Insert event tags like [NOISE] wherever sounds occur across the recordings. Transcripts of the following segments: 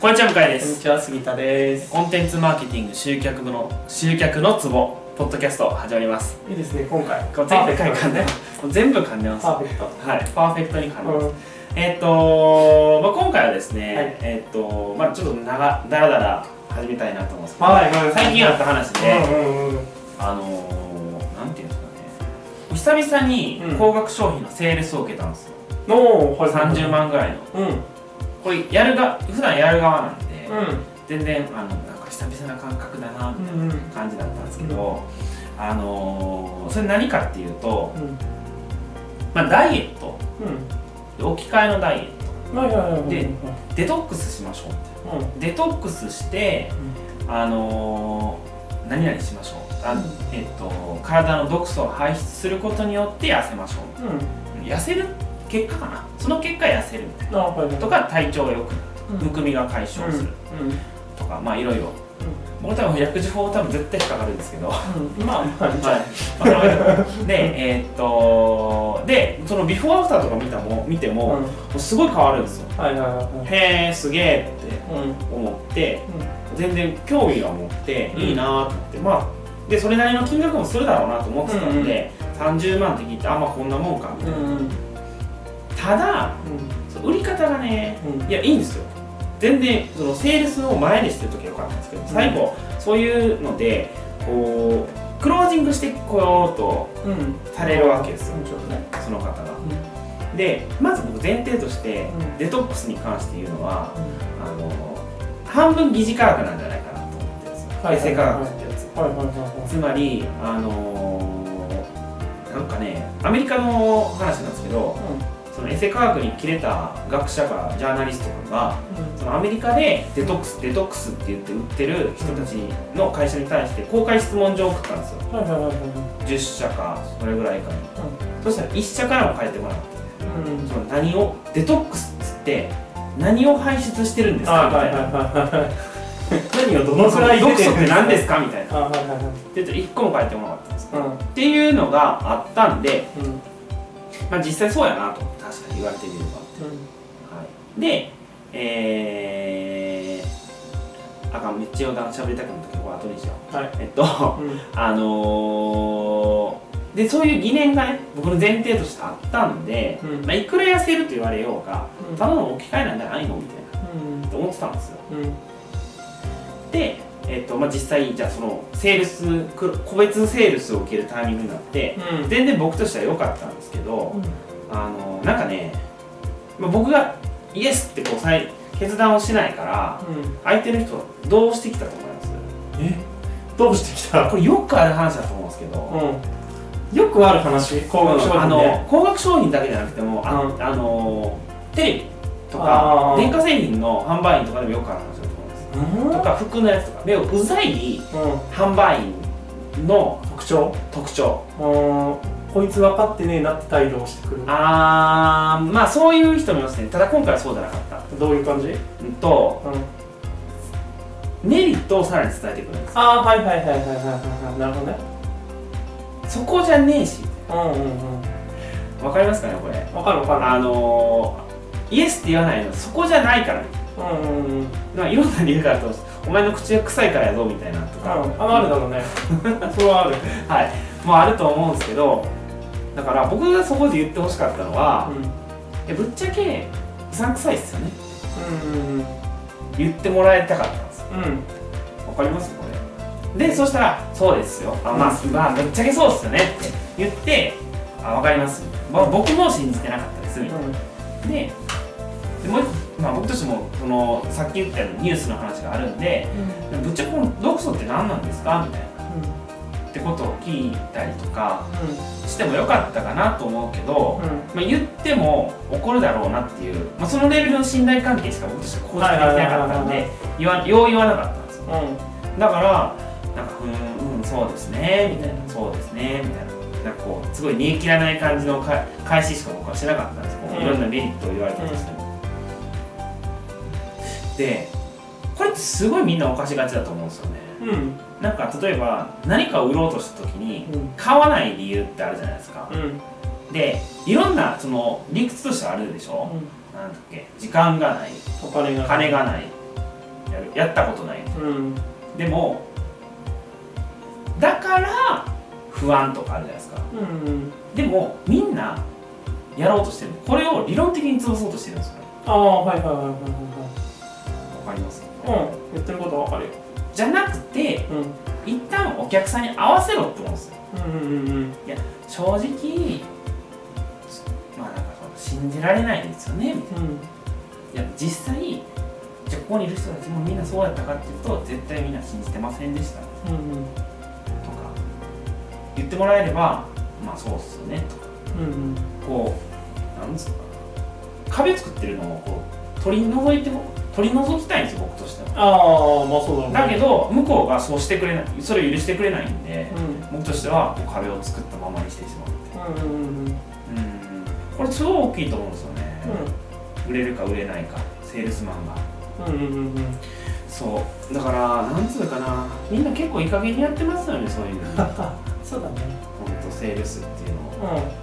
こんにちは向井でこんにすちは、杉田です。コンテンツマーケティング集客の集客のツボポッドキャスト始まりますいいですね、今回。これ前回噛んでねま。すもう全部噛んでますパはーフェクト。いパーフェクトに噛んでます、うんえっ、とまあ、今回はですね、はいえっ、とまあちょっと長だらだら始めたいなと思うんですけど、はいはい最近あった話で、うんうんうん。あのー、なんていうんですかね久々にうん高額商品のセールスを受けたんですよ、の、これ30。万ぐらいのうん。うん。これやるが普段やる側なんで、全然あのなんか久々な感覚だなみたいなうんうん。感じだったんですけど、あのーそれ何かっていうと、うん。まあ、ダイエットうで置き換えのダイエットん。はいはいはい。でうん。デトックスしましょうみたいなデトックスして、あのー何々しましょうあの、えっと、体の毒素を排出することによって痩せましょうん。う痩せる結果かなその結果痩せるみたいあ、はいはい。なとか体調が良くなうん、るむくみが解消するうん。うん。とか、まあいろいろ僕多分薬事法多分絶対引っかかるんですけどうん。まあ、まあ、はい、で、えーっと、で、そのビフォーアフターとか見たも見てうん。も、はいすごい変わるんですよ。はいはへー、すげえってい。うん。思って、うん全然興味が持って、うんいいなーと思って、まあ、で、それなりの金額もするだろうなと思ってたんで、30万って聞いて、あ、まあこんなもんかみたいな。うん。うん。ただ、その売り方がね、ういん。や、いいんですよ。全然、そのセールスを前にしてるときは良かったんですけど、最後、そういうので、こう、クロージングしてこようとうん。されるわけですようん。ちょっとね。その方が。でまず僕前提として、うんデトックスに関して言うのはあの半分疑似科学なんじゃないかなと思ってるんですよはい衛生科学ってやつはいはいはいはつまりあのーなんかねアメリカの話なんですけどその衛生科学に切れた学者がジャーナリストとかい。うん。がそのアメリカでデトックスデトックスって言って売ってる人たちの会社に対して公開質問状を送ったんですよはいはいはいはい。 10社かそれぐらいかに、そしたら1社からも返ってこなかったうん。その何をデトックスっつって何を排出してるんですかみたいな何をどのくらい毒毒素素っってて何何でですすかみたいなはいはいはいはいで1個も書いてもらったんですっていうのがあったんで、うんうんまあ、実際そうやなと思って確かに言われてみれば、はい、でえー、あかんめっちゃ余談喋りたくなったけどこれ後にしようはいえっと [LAUGHS] うんあのー、でそういう疑念がね僕の前提としてあったんで、うんまあ、いくら痩せると言われようがうんただの置き換えなんじゃないのみたいなうんって思ってたんですようんで、えっとまあ、実際じゃあそのセールスく個別セールスを受けるタイミングになってうん全然僕としては良かったんですけど、あのなんかね、まあ、僕がイエスってこうさい決断をしないからうん相手の人はどうしてきたと思いますえどうしてきたこれよくある話だと思うんですけど、うんよくある話高額商あ品での高額商品だけじゃなくてもあ,、うんあのテレビとあかー電化製品の販売員とかでもよくある話だと思うんですうんとか服のやつとか目をうざいうん販売員の特徴特徴うんこいつ分かってねえなって態度をしてくるあーまあそういう人もいますねただ今回はそうじゃなかったどういう感じうんうんとメリットをさらに伝えてくるんでああはいはいはいはいはいはいなるほどねすそこじゃねえしうんうんうんわかりますかねこれ分かる分かあのー、イエスって言わないのそこじゃないからるうんうんうんうんなんかいろんな理由があると思うんですお前の口が臭いからやぞみたいなとか、あのあるだろうねそれはあるはいもうあると思うんですけどだから僕がそこで言ってほしかったのは、うんえぶっちゃけうさんくさいっすよねうんうんうん言ってもらいたかったんですうんわかりますこれでそしたら「そうですよ」あ「まあ、まあ、ぶっちゃけそうっすよね」って言って「あわかります」まあ、僕も信じてなかったですみたいなででもう一まあ、僕としてもそのさっき言ったようにニュースの話があるんで「ぶっちゃけこの毒素って何なんですか?」みたいなってことを聞いたりとかしてもよかったかなと思うけど、うんうんまあ、言っても怒るだろうなっていう、まあ、そのレベルの信頼関係しか僕としては構築できなかったんはいはいはいはいで言わよう言わなかったんですようんだからなんかうーんうんそうですねみたいなそうですねみたいななんかこうすごい煮え切らない感じのか返ししか僕はしなかったんですこううんいろんなメリットを言われたとしても、でこれってすごいみんな犯しがちだと思うんですよねうんなんか例えば何かを売ろうとした時にうん買わない理由ってあるじゃないですかうんでいろんなその理屈としてあるでしょなんだっけ時間がないお金が金がないやるやったことないうんでもだから不安とかあるじゃないですかうんでもみんなやろうとしてるこれを理論的に潰そうとしてるんですよねああはいはいはいはいわかりますはいはいうん言ってることはわかるよじゃなくてうん一旦お客さんに合わせろって思うんですようんうんうん正直まあなんかその信じられないですよねみたいうんないや実際じゃあここにいる人たちもみんなそうやったかっていうと絶対みんな信じてませんでしたうんうんとか言ってもらえればまあそうっすよねとかうんこうなんですか壁作ってるのをこう取り除いても取り除きたいんですよ僕としてはああまあそうだろうねだけど向こうがそうしてくれないそれを許してくれないんでうん僕としてはこう壁を作ったままにしてしまうみたいうんうんうんうんなうんこれすごい大きいと思うんですよね、売れるか売れないかセールスマンがうんうんうんうんそうだからなんつうかなみんな結構いい加減にやってますよねそういう [LAUGHS] のほんそうだねとセールスっていうのをうは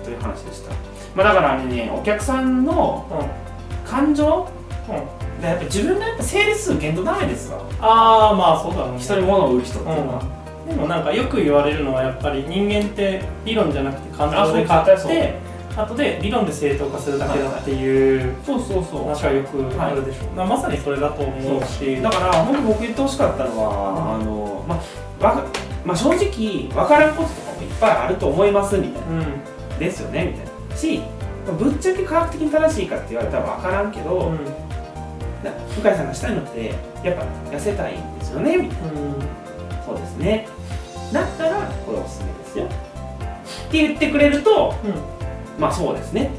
いという話でした、まあ、だからねお客さんのんうん感情うんでやっぱ自分がやっぱセールス受けんとダメですわああまあそうだろうね人に物を売る人っていうのは、でもなんかよく言われるのはやっぱり人間って理論じゃなくて感情で買あっそうそうて後で理論で正当化するだけだっていうそうそうそ話はよくあるでしょう、まあまさにそれだと思うしうだから本当僕言ってほしかったのは、あのまあわかまあ正直分からんこととかもいっぱいあると思いますみたいなうんですよねみたいなしぶっちゃけ科学的に正しいかって言われたら分からんけうど、んな向井さんがしたいのってやっぱ痩せたいんですよねみたいなうんそうですねだったらこれおすすめですよって言ってくれるとまあそうですね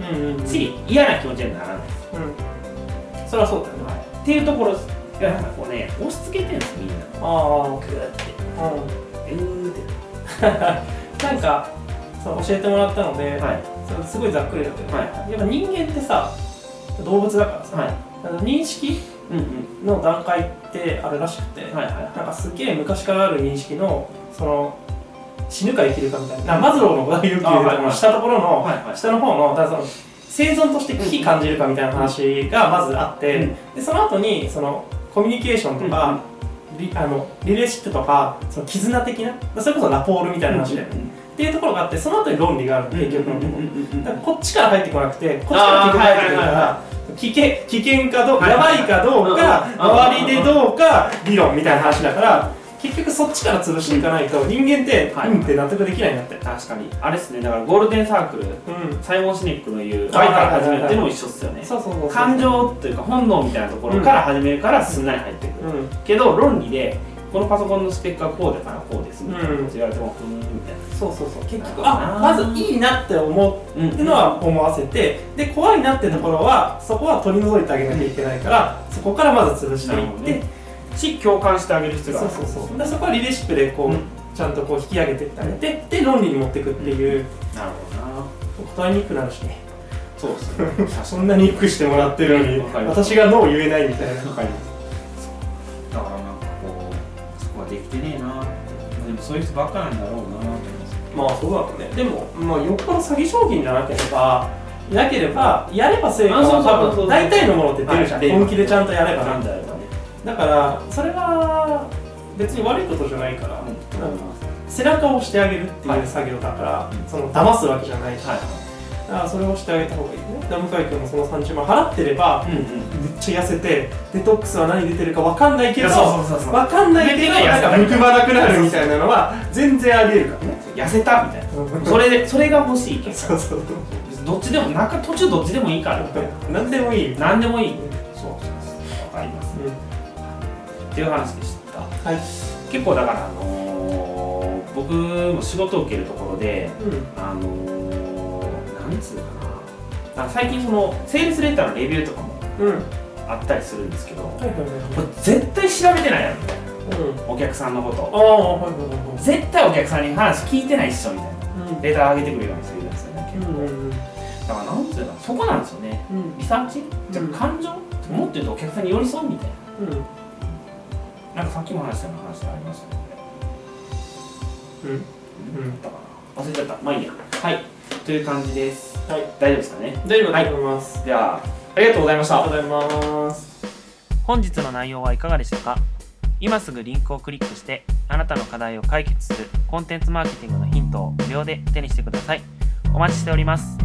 うんうんうんうんし嫌な気持ちにはならないそれはそうだよねっていうところですいやなんかこうね押し付けてるんですみんなああグーってうえーっんなんかそう教えてもらったので、てはいそれすごいざっくりだけど、はいやっぱ人間ってさ動物だからさ、はあの認識いうんうんの段階ってあるらしくて、はいはいなんはかすっげえ昔からある認識のその死ぬか生きるかみたいなマズローの五大欲求あはいではいこの下のところの、はいはい下の方のだからその生存として危機感じるかみたいな話がまずあって、うんでその後にそのコミュニケーションとか、リあのリレーシップとかその絆的なそれこそラポールみたいな話で、うんっていうところがあってその後に論理があるの結局のところ。だからこっちから入ってこなくてこっちから結局入ってくるかあら危険危険かどうか、はいはいはいやばいかどううか、んうん周りでどうか理論みたいな話だから結局そっちから潰していかないと人間って、はいうんって納得できないなって確かにあれですねだからゴールデンサークルうんサイモン・シニックの言う「あは愛いからはいはい始める」っていうのも一緒っすよねそうそうそうそう感情というか本能みたいなところから始めるからすんなり入ってくるうんうんけど論理でこのパソコンのスペックはこうだからこうですみたいなこと言われても、うん、みたいそうそうそう結局ああまずいいなって思な、うのは思わせてで怖いなってところはそこは取り除いてあげなきゃいけないから、そこからまず潰していなるっほどて、ねし共感してあげる必そう要があるそうそうでそこはリレーシップでこう、うんちゃんとこう引き上げていってあげてで論理に持っていくっていう、なるほどな答えにくくなるしねそうっすね確かそんなによくしてもらってるのにわかります私がノー言えないみたいなにわかりますだからなんかこうそこはできてねえなってでもそういう人ばっかなんだろうなって思い [LAUGHS] ますまあそうだろうねでも、まあ、よっぽど詐欺商品じゃなければなければやれば成果あそうそうは多そうそう分大体のものって出るじゃん、はい本気でちゃんとやればななんんだだよねだからそれは別に悪いことじゃないから、なんか背中を押してあげるってはいいう作業だから、うんその騙すわけじゃないし、はだからそれをしてあげた方がいいねだから向井君もその30万払ってればいうんうんめっちゃ痩せてデトックスは何出てるかわかんないけどいやそうそうそうそうわかんないけど出てないやなつんかむくまなくなるみたいなのは全然ありえるからね痩せたみたいなそれでそれが欲しい結そ果うそうどっちでもなんか途中どっちでもいいからみたいな何でもいい、うん、何でもいいそうそうそうわかりますっていう話でしたはい結構だからあのー僕も仕事を受けるところでうんあのーなんつうかなあ最近そのセールスレターのレビューとかもうんあったりするんですけどこはいはいはいれ絶対調べてないやろみたいはいうんなお客さんのことああはいはいは絶対お客さんに話聞いてないっしょみたいないはいレター上げてくれるようにするんですよねうんうんうんだからなんつうかそこなんですよねうんリサーチじゃあ感情、もっと言うとお客さんに寄り添うみたいなうんなんかさっきも話したような話がありましたけど、ねうんうんだから忘れちゃったまあいいやはいという感じですはい大丈夫ですかね大丈夫だと思います、じゃあありがとうございましたありがとうございます本日の内容はいかがでしたか今すぐリンクをクリックしてあなたの課題を解決するコンテンツマーケティングのヒントを無料で手にしてくださいお待ちしております